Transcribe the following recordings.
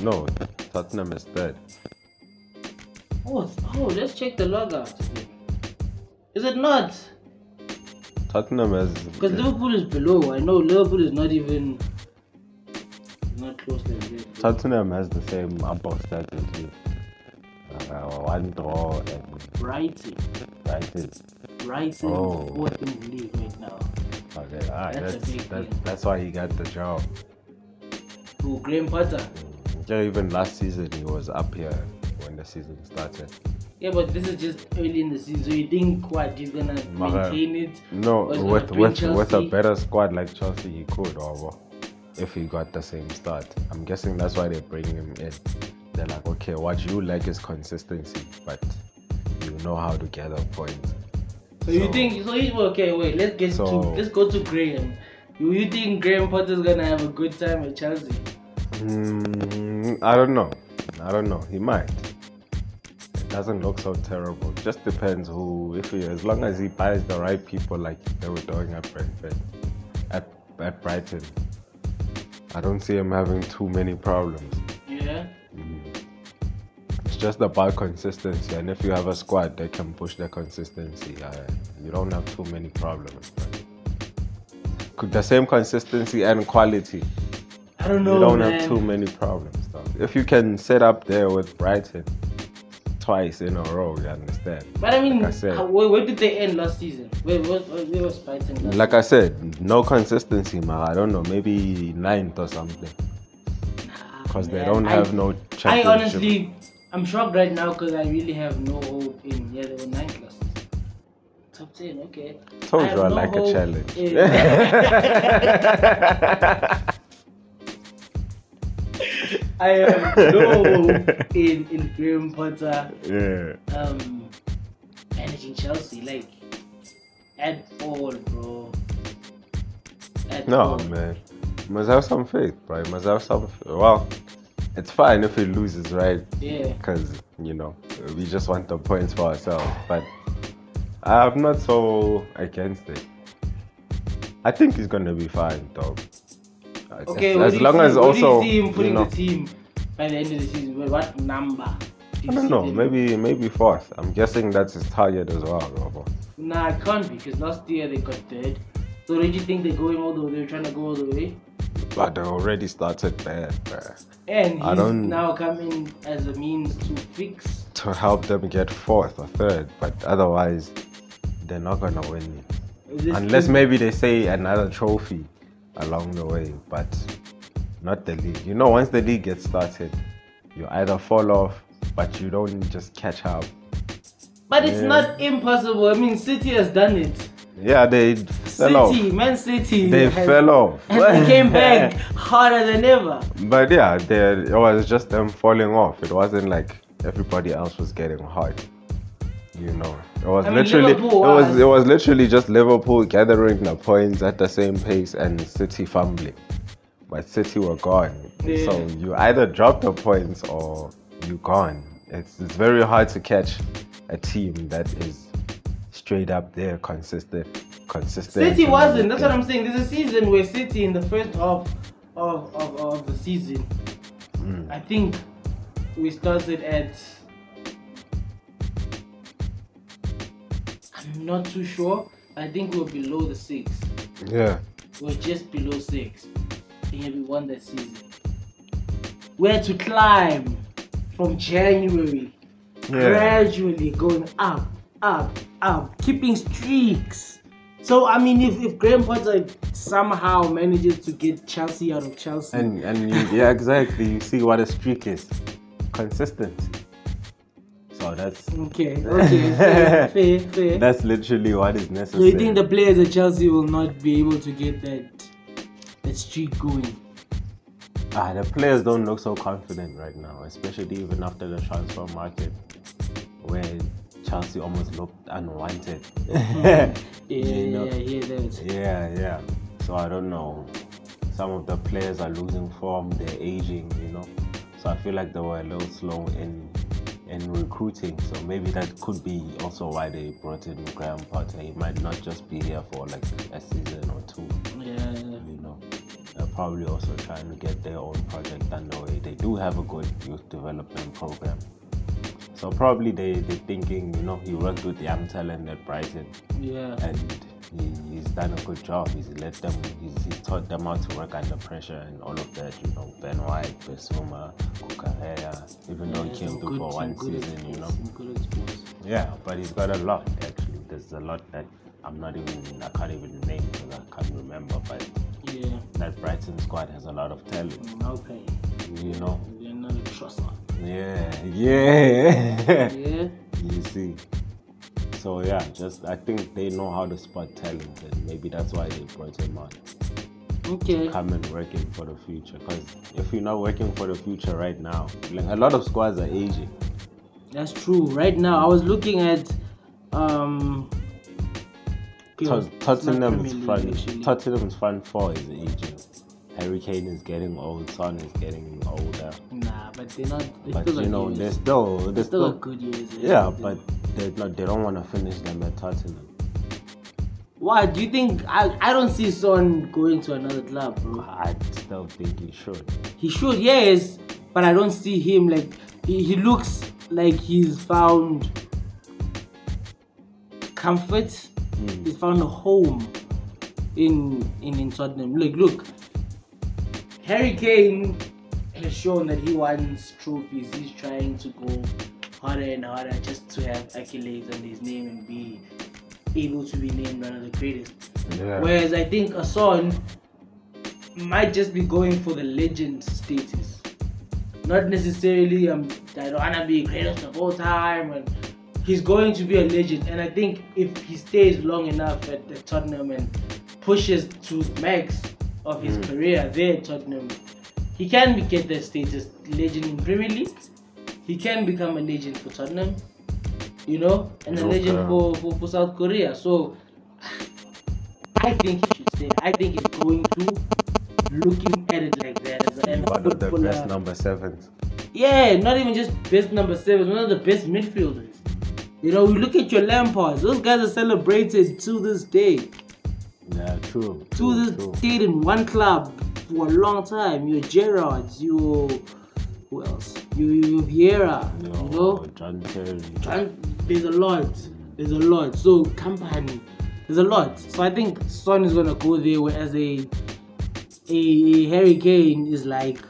No, Tottenham is third. Oh, it's- oh, let's check the logout. Is it not? Tottenham is. Because Liverpool is below. I know Liverpool is not even not close to the Tottenham has the same amount of stats as you. Uh, one draw and Brighton. Brighton. Brighton Oh. is fourth in the league right now. Okay, all right, That's a that's big that's, that's, deal. why he got the job. Who Graham Potter. Yeah, even last season he was up here when the season started. Yeah, but this is just early in the season, so you think what he's gonna Mara- maintain it? No, Was it with between with with a Chelsea? better squad like Chelsea, he could, or what, if he got the same start. I'm guessing that's why they're bringing him in. They're like, okay, what you lack is consistency, but you know how to gather points. So you think so? he- Okay, wait. Let's get to So- let's go to Graham. You you think Graham Potter's gonna have a good time at Chelsea? Mm, I don't know. I don't know. He might. It doesn't look so terrible. Just depends who. If he, as long as he buys the right people, like they were doing at Brentford, at at Brighton, I don't see him having too many problems. Yeah. It's just about consistency, and if you have a squad that can push the consistency, uh, you don't have too many problems. Could The same consistency and quality I don't know. you don't man. have too many problems, though. If you can set up there with Brighton twice in a row, you understand. But I mean, Like I said. how- where, where did they end last season? Where, where, where was Brighton last Like I said, no consistency, man. I don't know, maybe ninth or something, season? because they Man, don't I- have no I championship. honestly, I'm shocked right now because I really have no hope in yeah, they were ninth last season. Top ten, okay. told have you I no like a hope challenge. I have no hope in in Graham Potter yeah. um, managing Chelsea like at all, bro. At No, all. man. Must have some faith, bro. Must have some. f- Well, it's fine if he loses, right? Yeah. because you know we just want the points for ourselves. But I'm not so against it. I think he's gonna be fine, though. As- Okay. as, as long as also what do you see him putting you know, the team by the end of the season? Wait, What number? do you I see don't know, them? maybe maybe fourth. I'm guessing that's his target as well, Robo. Nah, it can't be because last year they got third. So don't you think they're going all the way? They're trying to go all the way. But they already started bad, bruh. And I he's don't- now coming as a means to fix. to help them get fourth or third, but otherwise they're not gonna win it. This Unless thing. maybe they say another trophy along the way, but not the league. You know, once the league gets started, you either fall off, but you don't just catch up. But it's Yeah. not impossible. I mean, City has done it. Yeah, they fell City, off. Man City. They has- fell off. And they came back harder than ever. But yeah, they, it was just them falling off. It wasn't like everybody else was getting hot. You know, it was I mean, literally it Liverpool was was- it was literally just Liverpool gathering the points at the same pace and City fumbling. But City were gone, Yeah. so you either drop the points or you gone. It's it's very hard to catch a team that is straight up there, consistent, consistent. City and wasn't. That's what everything. I'm saying. There's a season where City in the first half of of, of the season, I think we started at. I'm not too sure. I think we we're below the six. Yeah. We We're just below six, and yet we won that season. We had to climb from January, gradually going up, up, up, keeping streaks. So I mean, if, if Graham Potter somehow manages to get Chelsea out of Chelsea, And and you, yeah, exactly. You see what a streak is, consistency. So that's okay, okay, fair, fair, fair. that's literally what is so necessary. you think the players at Chelsea will not be able to get that that streak going? ah, the players don't look so confident right now, especially even after the transfer market, where Chelsea almost looked unwanted. Yeah, You know. yeah, yeah, that. Yeah, yeah. So I don't know. Some of the players are losing form. They're aging, you know. So I feel like they were a little slow in in recruiting. So maybe that could be also why they brought in Graham Potter. He might not just be here for like a season or two, Yeah, yeah. you know. are probably also trying to get their own project underway. They do have a good youth development program. So probably they, they're thinking, you know, he worked with young talent at Brighton Yeah. and he, he's done a good job. He's let them, he's, he's taught them how to work under pressure and all of that. You know, Ben White, Besuma, Kukaheya, even though Yeah, he came some through good- for some one good season, you know. exports, some good exports. Yeah, but he's got a lot actually. There's a lot that I'm not even, I can't even name because I can't remember. But Yeah. that Brighton squad has a lot of talent, Mm, Okay. you know. They're not a trusser. Yeah, yeah. Yeah. you see. So yeah, just I think they know how to spot talent, and maybe that's why they brought him on. Okay. Come and working for the future, because if you're not working for the future right now, like a lot of squads are aging. That's true. Right now, I was looking at um. Tot- it's not Tottenham's Premier League, actually. front Tottenham's front four is aging. Harry Kane is getting old. Son is getting older. Nah, but they're not. They But still you got know, years. they're still they're They still still got good years. eh? yeah, but they're not. They don't want to finish them at Tottenham. why do you think I? I don't see Son going to another club, bro. I still think he should. He should, yes, but I don't see him like he, he looks like he's found comfort. He's found a home in in in Tottenham. Like, look, Harry Kane has shown that he wants trophies. He's trying to go harder and harder just to have accolades on his name and be able to be named one of the greatest. Yeah. Whereas I think Asan might just be going for the legend status. Not necessarily um, I don't wanna be greatest of all time and he's going to be a legend and I think if he stays long enough at the Tottenham and pushes to the max of his career there at Tottenham, he can be- get that status legend in Premier League. He can become a legend for Tottenham, you know, and a legend Okay. for, for, for South Korea. So I think he should stay. I think he's going to looking at it like that as an One of the footballer. best number sevens. Yeah, not even just best number seven, one of the best midfielders. You know, we look at your Lampards, those guys are celebrated to this day. Yeah, true. To true, this true. day in one club for a long time. Your Gerrards, your who else? Your, your Vieira, You you know? John Terry. And there's a lot. There's a lot. So company, there's a lot. So I think Son is gonna go there, whereas a a, a Harry Kane is like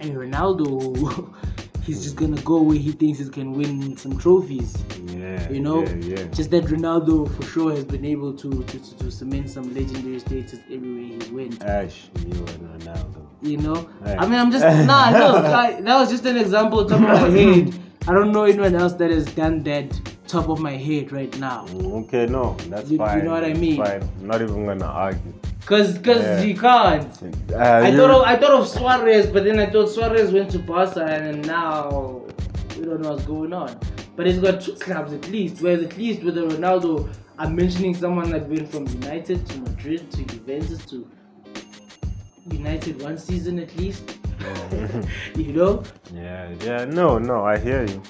a Ronaldo. he's just gonna go where he thinks he can win some trophies. Yeah. You know, Yeah. yeah. just that Ronaldo for sure has been able to to, to, to cement some legendary status everywhere he's went. Ash, you and Ronaldo. You know, Right. I mean, I'm just nah, no, I, that was just an example top of my head. I don't know anyone else that has done that top of my head right now. Okay, no, that's You- you fine. know what I that's mean? Fine. I'm not even gonna argue. Cause, cause Yeah. you can't. Uh, I you- thought of, I thought of Suarez, but then I thought Suarez went to Barca, and now we don't know what's going on. But he's got two clubs at least. Whereas at least with the Ronaldo, I'm mentioning someone that went from United to Madrid to Juventus to United one season at least. Oh. you know, Yeah, yeah, no, no, I hear you.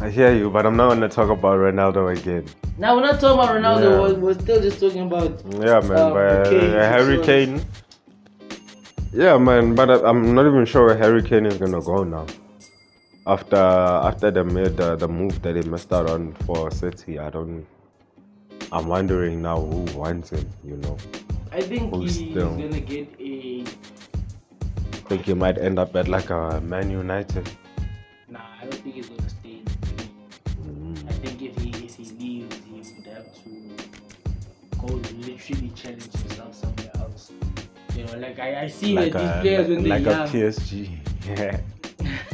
I hear you, but I'm not gonna talk about Ronaldo again. Now we're not talking about Ronaldo. Yeah. We're, we're still just talking about Yeah, man, Um, but Kane, uh, Harry so- Kane. Yeah, man, but I, I'm not even sure where Harry Kane is gonna go now. After after they made the, the move that they missed out on for City, I don't. I'm wondering now who wants him. You know, I think Who's he's still- gonna get a. I think he might end up at like a Man United. Nah, I don't think he's gonna stay. in the team. I think if he if he leaves, he would have to go literally challenge himself somewhere else. You know, like I, I see like that a, these players when like they're a young, PSG. Yeah.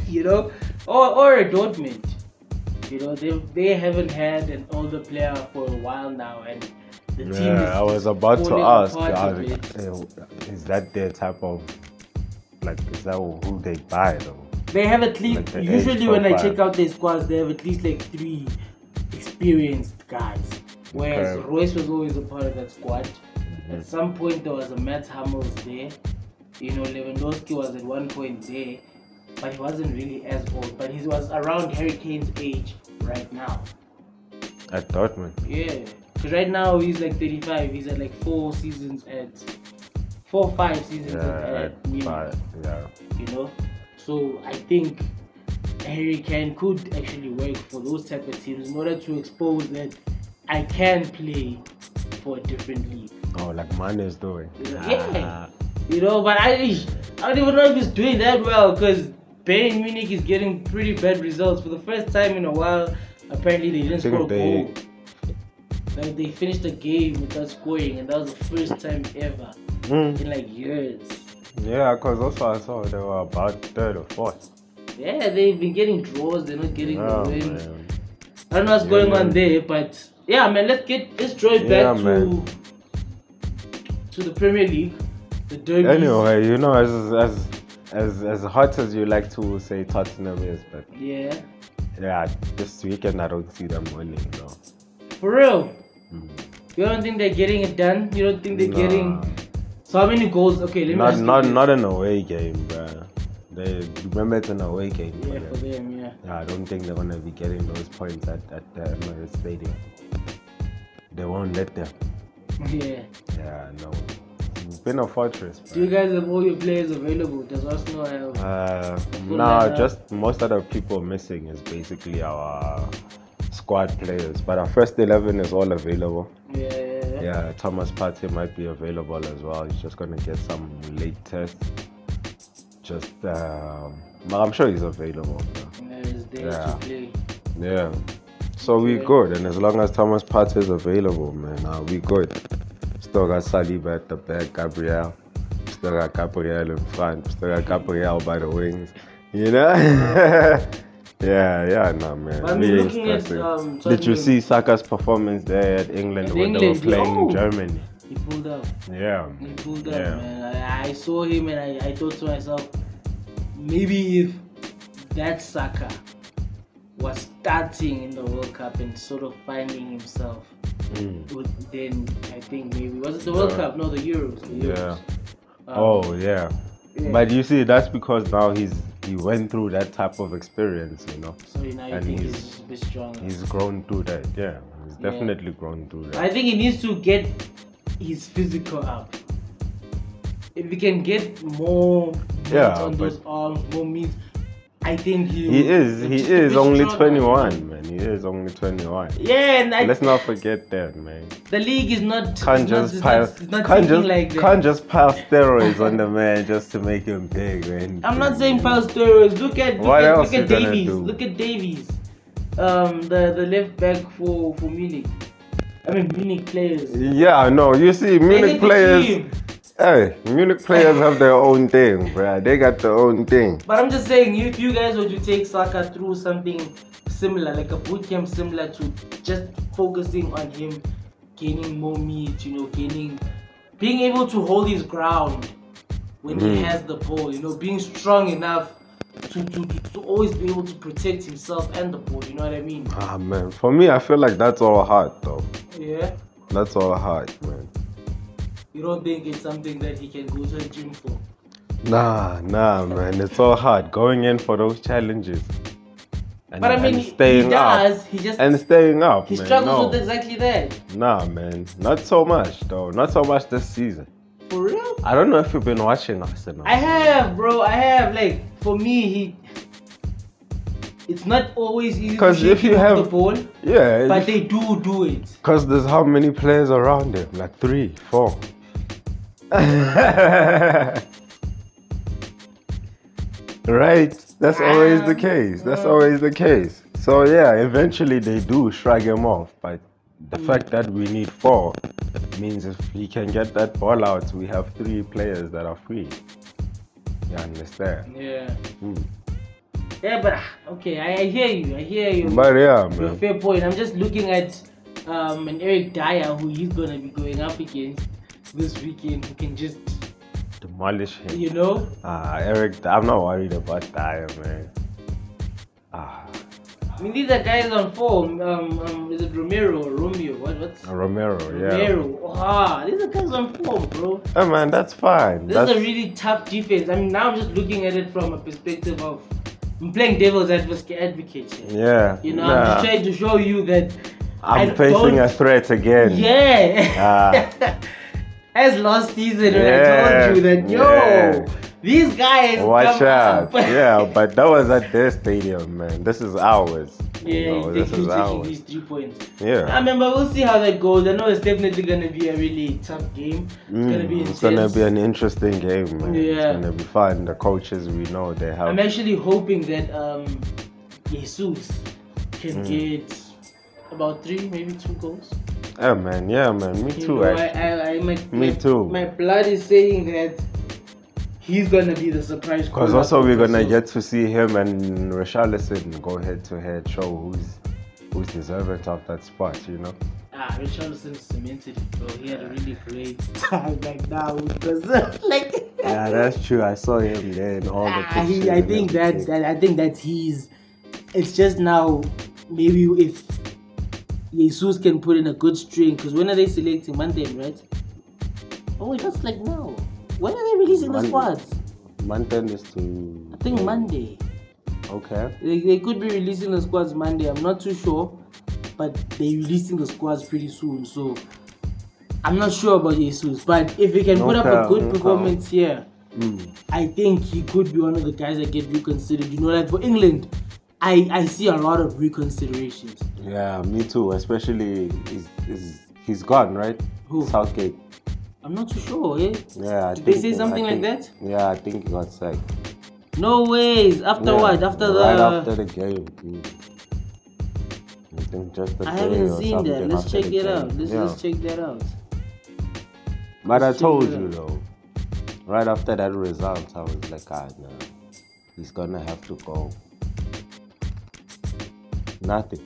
you know, or or a Dortmund. You know, they they haven't had an older player for a while now, and the team is Yeah, I was just about to falling ask, apart a uh, bit. uh, is that their type of, like, is that who they buy though? They have at least Like the age usually when I profile. check out their squads, they have at least like three experienced guys. Whereas Okay. Mm-hmm. Royce was always a part of that squad. At some point there was a Matt Hamels there. You know, Lewandowski was at one point there, but he wasn't really as old. But he was around Harry Kane's age right now. At Dortmund. Yeah. Because right now he's like 35. He's at like four seasons at four five seasons Yeah, ahead, I- minimum, but yeah, you know. So I think Harry Kane could actually work for those type of teams in order to expose that I can play for a different league. oh, like Mane is doing. Ah. Yeah. You know, but I, I don't even know if he's doing that well because Bayern Munich is getting pretty bad results for the first time in a while. Apparently, they didn't think score a they- goal. Like they finished the game without scoring, and that was the first time ever Mm. in like years. Yeah, because also I saw they were about third or fourth. Yeah, they've been getting draws. They're not getting Yeah, the wins. Oh, man. I don't know what's Yeah, going on man. there, but yeah, man. Let's get let's draw it Yeah, back to man. to the Premier League, the derby. Anyway, you know, as as as as hot as you like to say Tottenham is, but Yeah, yeah, this weekend I don't see them winning. No. for real. Mm. You don't think they're getting it done? You don't think they're Nah. getting so how many goals? Okay, let me Not ask not you not an away game, bruh. They remember it's an away game. this. for Yeah, them. for them, yeah. Yeah, I don't think they're gonna be getting those points at at the Emirates Stadium. They won't let them. Yeah. Yeah, no. It's been a fortress. Do bruh. you guys have all your players available? Does Arsenal have Uh, Full no, lineup. just most of the people missing is basically our squad players, but our first 11 is all available. yeah, yeah, yeah. Yeah, Thomas Partey might be available as well. He's just gonna get some late tests. Just, um, but I'm sure he's available. bro. And there is there Yeah. to play. Yeah, so we Okay. good, and as long as Thomas Partey is available, man, uh, we good. Still got Saliba at the back, Gabriel. Still got Gabriel in front. Still got Gabriel by the wings. You know? yeah, yeah, nah, man. But I mean, We ain't looking at, stressing. um, Did you Tottenham- see Saka's performance there at England At when England, Oh. they were playing yo. Germany? He pulled up. Yeah. He pulled up, yeah. man. I, I saw him and I, I thought to myself, maybe if that Saka was starting in the World Cup and sort of finding himself, Mm. would- then I think maybe was it the World Yeah. Cup? No, the Euros. The Euros. Yeah. Um, Oh yeah. yeah. But you see, that's because now he's he went through that type of experience, you know. Sorry, now you And think he's, he's- a bit stronger. He's grown through that. Yeah, he's Yeah. definitely grown through that. I think he needs to get his physical up. If he can get more meat Yeah, on but- those arms, more meat, I think he He is. he's He just a is bit only stronger. 21, man. He is only 21. Yeah, and I, Let's not forget that, man. the league is not Can't is not- just is pile, not, is not can't thinking just, like that. can't just pile steroids on the man just to make him big, man. I'm not saying pile steroids. Look at look What at, else look at you gonna Davies. do? Look at Davies. Um, the the left back for for Munich. I mean Munich players. Yeah, no. You see, They Munich hate the players. team. Hey, Munich players have their own thing, bruh. They got their own thing. But I'm just saying, if you guys were to take Saka through something similar, like a boot camp similar to just focusing on him gaining more meat, you know, gaining, being able to hold his ground when he Mm. has the ball, you know, being strong enough to, to, to, to always be able to protect himself and the ball, you know what I mean? Ah, man. For me, I feel like that's all hard, though. Yeah. That's all hard, man. You don't think it's something that he can go to a gym for? Nah, nah, man. It's all hard going in for those challenges. And, But I mean, and he- staying he does. up. He just And staying up. he man. struggles no. with exactly that. Nah, man. Not so much, though. Not so much this season. For real. I don't know if you've been watching Arsenal. I have, bro. I have. Like for me, he. It's not always easy. to 'Cause shake if you him off have- the ball, but Yeah, they do do it. because there's how many players around him? Like three, four. right? That's always the Um, case. That's uh. always the case. So, yeah, eventually they do shrug him off, but the Mm. fact that we need four means if he can get that ball out, we have three players that are free. You understand? Yeah. Mm. Yeah, but ah, okay, I, I hear you. I hear you. But yeah, Your man. fair point. I'm just looking at um an Eric Dyer who he's gonna be going up against this weekend. Who can just demolish him. you know. Ah, Eric, I'm not worried about Dyer, man. Ah, I mean, these are guys on form. Um, um is it Romero or Romeo? What? What's Romero, yeah. Romero? Ah, these are guys on form, bro. Hey, man, that's fine. This that's, is a really tough defense. I mean, now I'm just looking at it from a perspective of I'm playing devil's advocate. advocate here. yeah. You know, I'm nah, just trying to show you that I I'm facing don't- a threat again. Yeah. Ah. As last season, when I Yeah, told you that yo, yeah. these guys Watch come out. up. yeah, but that was at their stadium, man. This is ours. Yeah, You know, they Oh, this keep is taking ours. these three points. I Yeah. mean, but we'll see how that goes. I know it's definitely gonna be a really tough game. It's gonna be Mm, intense. it's gonna be an interesting game, man. Yeah. It's gonna be fun. The coaches we know they have. I'm actually hoping that um, Jesus Mm. can get about three, maybe two goals. yeah, Oh, man. Yeah, man. Me You too. eh. know, I, actually. I, I, my, Me my- too. My blood is saying that he's gonna be the surprise. Because caller also for we're gonna Sisou. get to see him and Richarlison go head to head, show who's who's deserving of that spot, you know. Ah, Richarlison cemented it, bro. He had a really great time like now with Brazil. like, Yeah, that's true. I saw him there in all the ah, he, I think that, that I think that he's. It's just now, maybe if Jesus can put in a good string, because when are they selecting Monday, right? Oh, that's like now. When are they releasing Monday. Mm. the squads? Mountain is to I think Monday. Okay. They, they could be releasing the squads Monday. I'm not too sure, but they're releasing the squads pretty soon. So I'm not sure about Jesus, but if he can put up a Okay, good okay. performance here, Mm. I think he could be one of the guys that get reconsidered. You know, like for England, I I see a lot of reconsiderations. Yeah, me too. Especially is is he's gone, right? Who? Southgate. I'm not too sure. Eh? Yeah. I Did they think- say I something like think- that? Yeah, I think he got sacked. No ways. After Yeah, what? After the right after the game. mm. I think just a I day haven't or seen that. something Let's after check the it game. out. Let's, yeah. let's check that out. But I Let's check told it you out. though, right after that result, I was like, ah, no, he's gonna have to go. Nothing.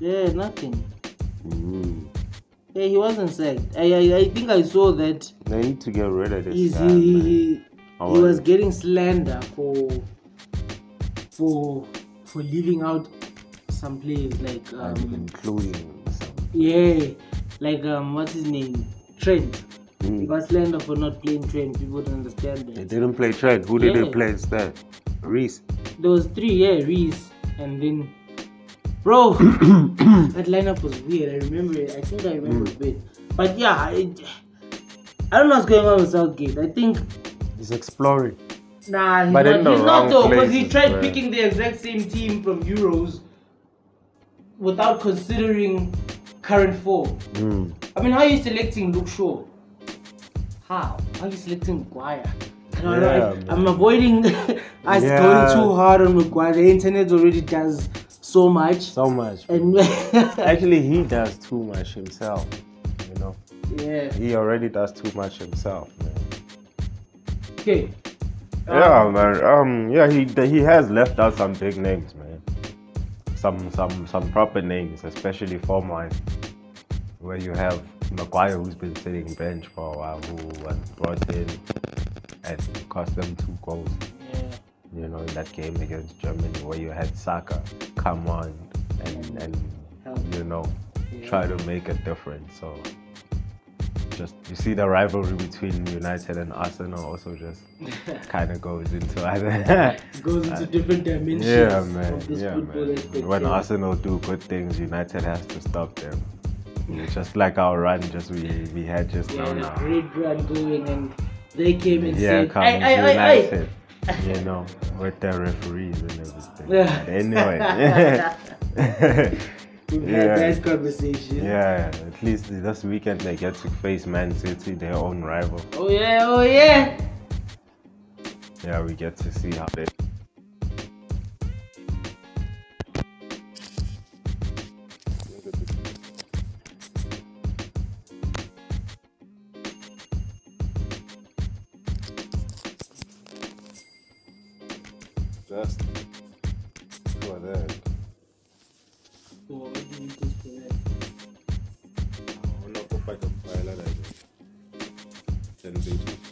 Yeah, nothing. Mm. Yeah, he wasn't sacked. I, I I think I saw that They need to get rid of this he's, he, guy. man. he, I he was want- getting slander for for for leaving out some players like and um including some. yeah like um what's his name Trent. He Mm. got slander for not playing Trent. People don't understand They that. didn't play Trent. Who did Yeah. they play instead? Reese. There was three yeah Reese and then bro that lineup was weird. I remember it. I think I remember it a bit. But yeah, I, I don't know what's going on with Southgate. I think He's exploring. Nah, he's But not, in the he's not wrong though, because he places, tried bro. picking the exact same team from Euros without considering current form. Mm. I mean, how are you selecting Luke Shaw? How? How are you selecting Maguire? I don't know, Yeah, I- I'm avoiding us Yeah. going too hard on Maguire. The internet already does so much. So much. Mm. and Actually, he does too much himself. You know, yeah, he already does too much himself, man. okay. Yeah, man. Um, yeah, he he has left out some big names, man. Some some some proper names, especially for mine, where you have Maguire, who's been sitting bench for a while, who was brought in and cost them two goals. Yeah. You know, in that game against Germany, where you had Saka come on and Help. and you know Yeah. try to make a difference. So just you see the rivalry between United and Arsenal also just kind of goes into other. Goes into different dimensions yeah, man. of this Yeah, football man. aspect, When yeah. Arsenal do good things, United has to stop them. Just like our run, just we we had just Yeah, now. and a now. great run going, and they came and Yeah, said, comes "Hey, hey, hey, hey!" United. You know, with the referees and everything. Yeah. But anyway. We've Yeah. had that conversation. yeah, at least this weekend they get to face Man City, their own rival. Oh yeah, oh yeah. Yeah, we get to see how they. Just for that. Oh, what did you do to that? Oh, Unakopata mpala la Television. Oh,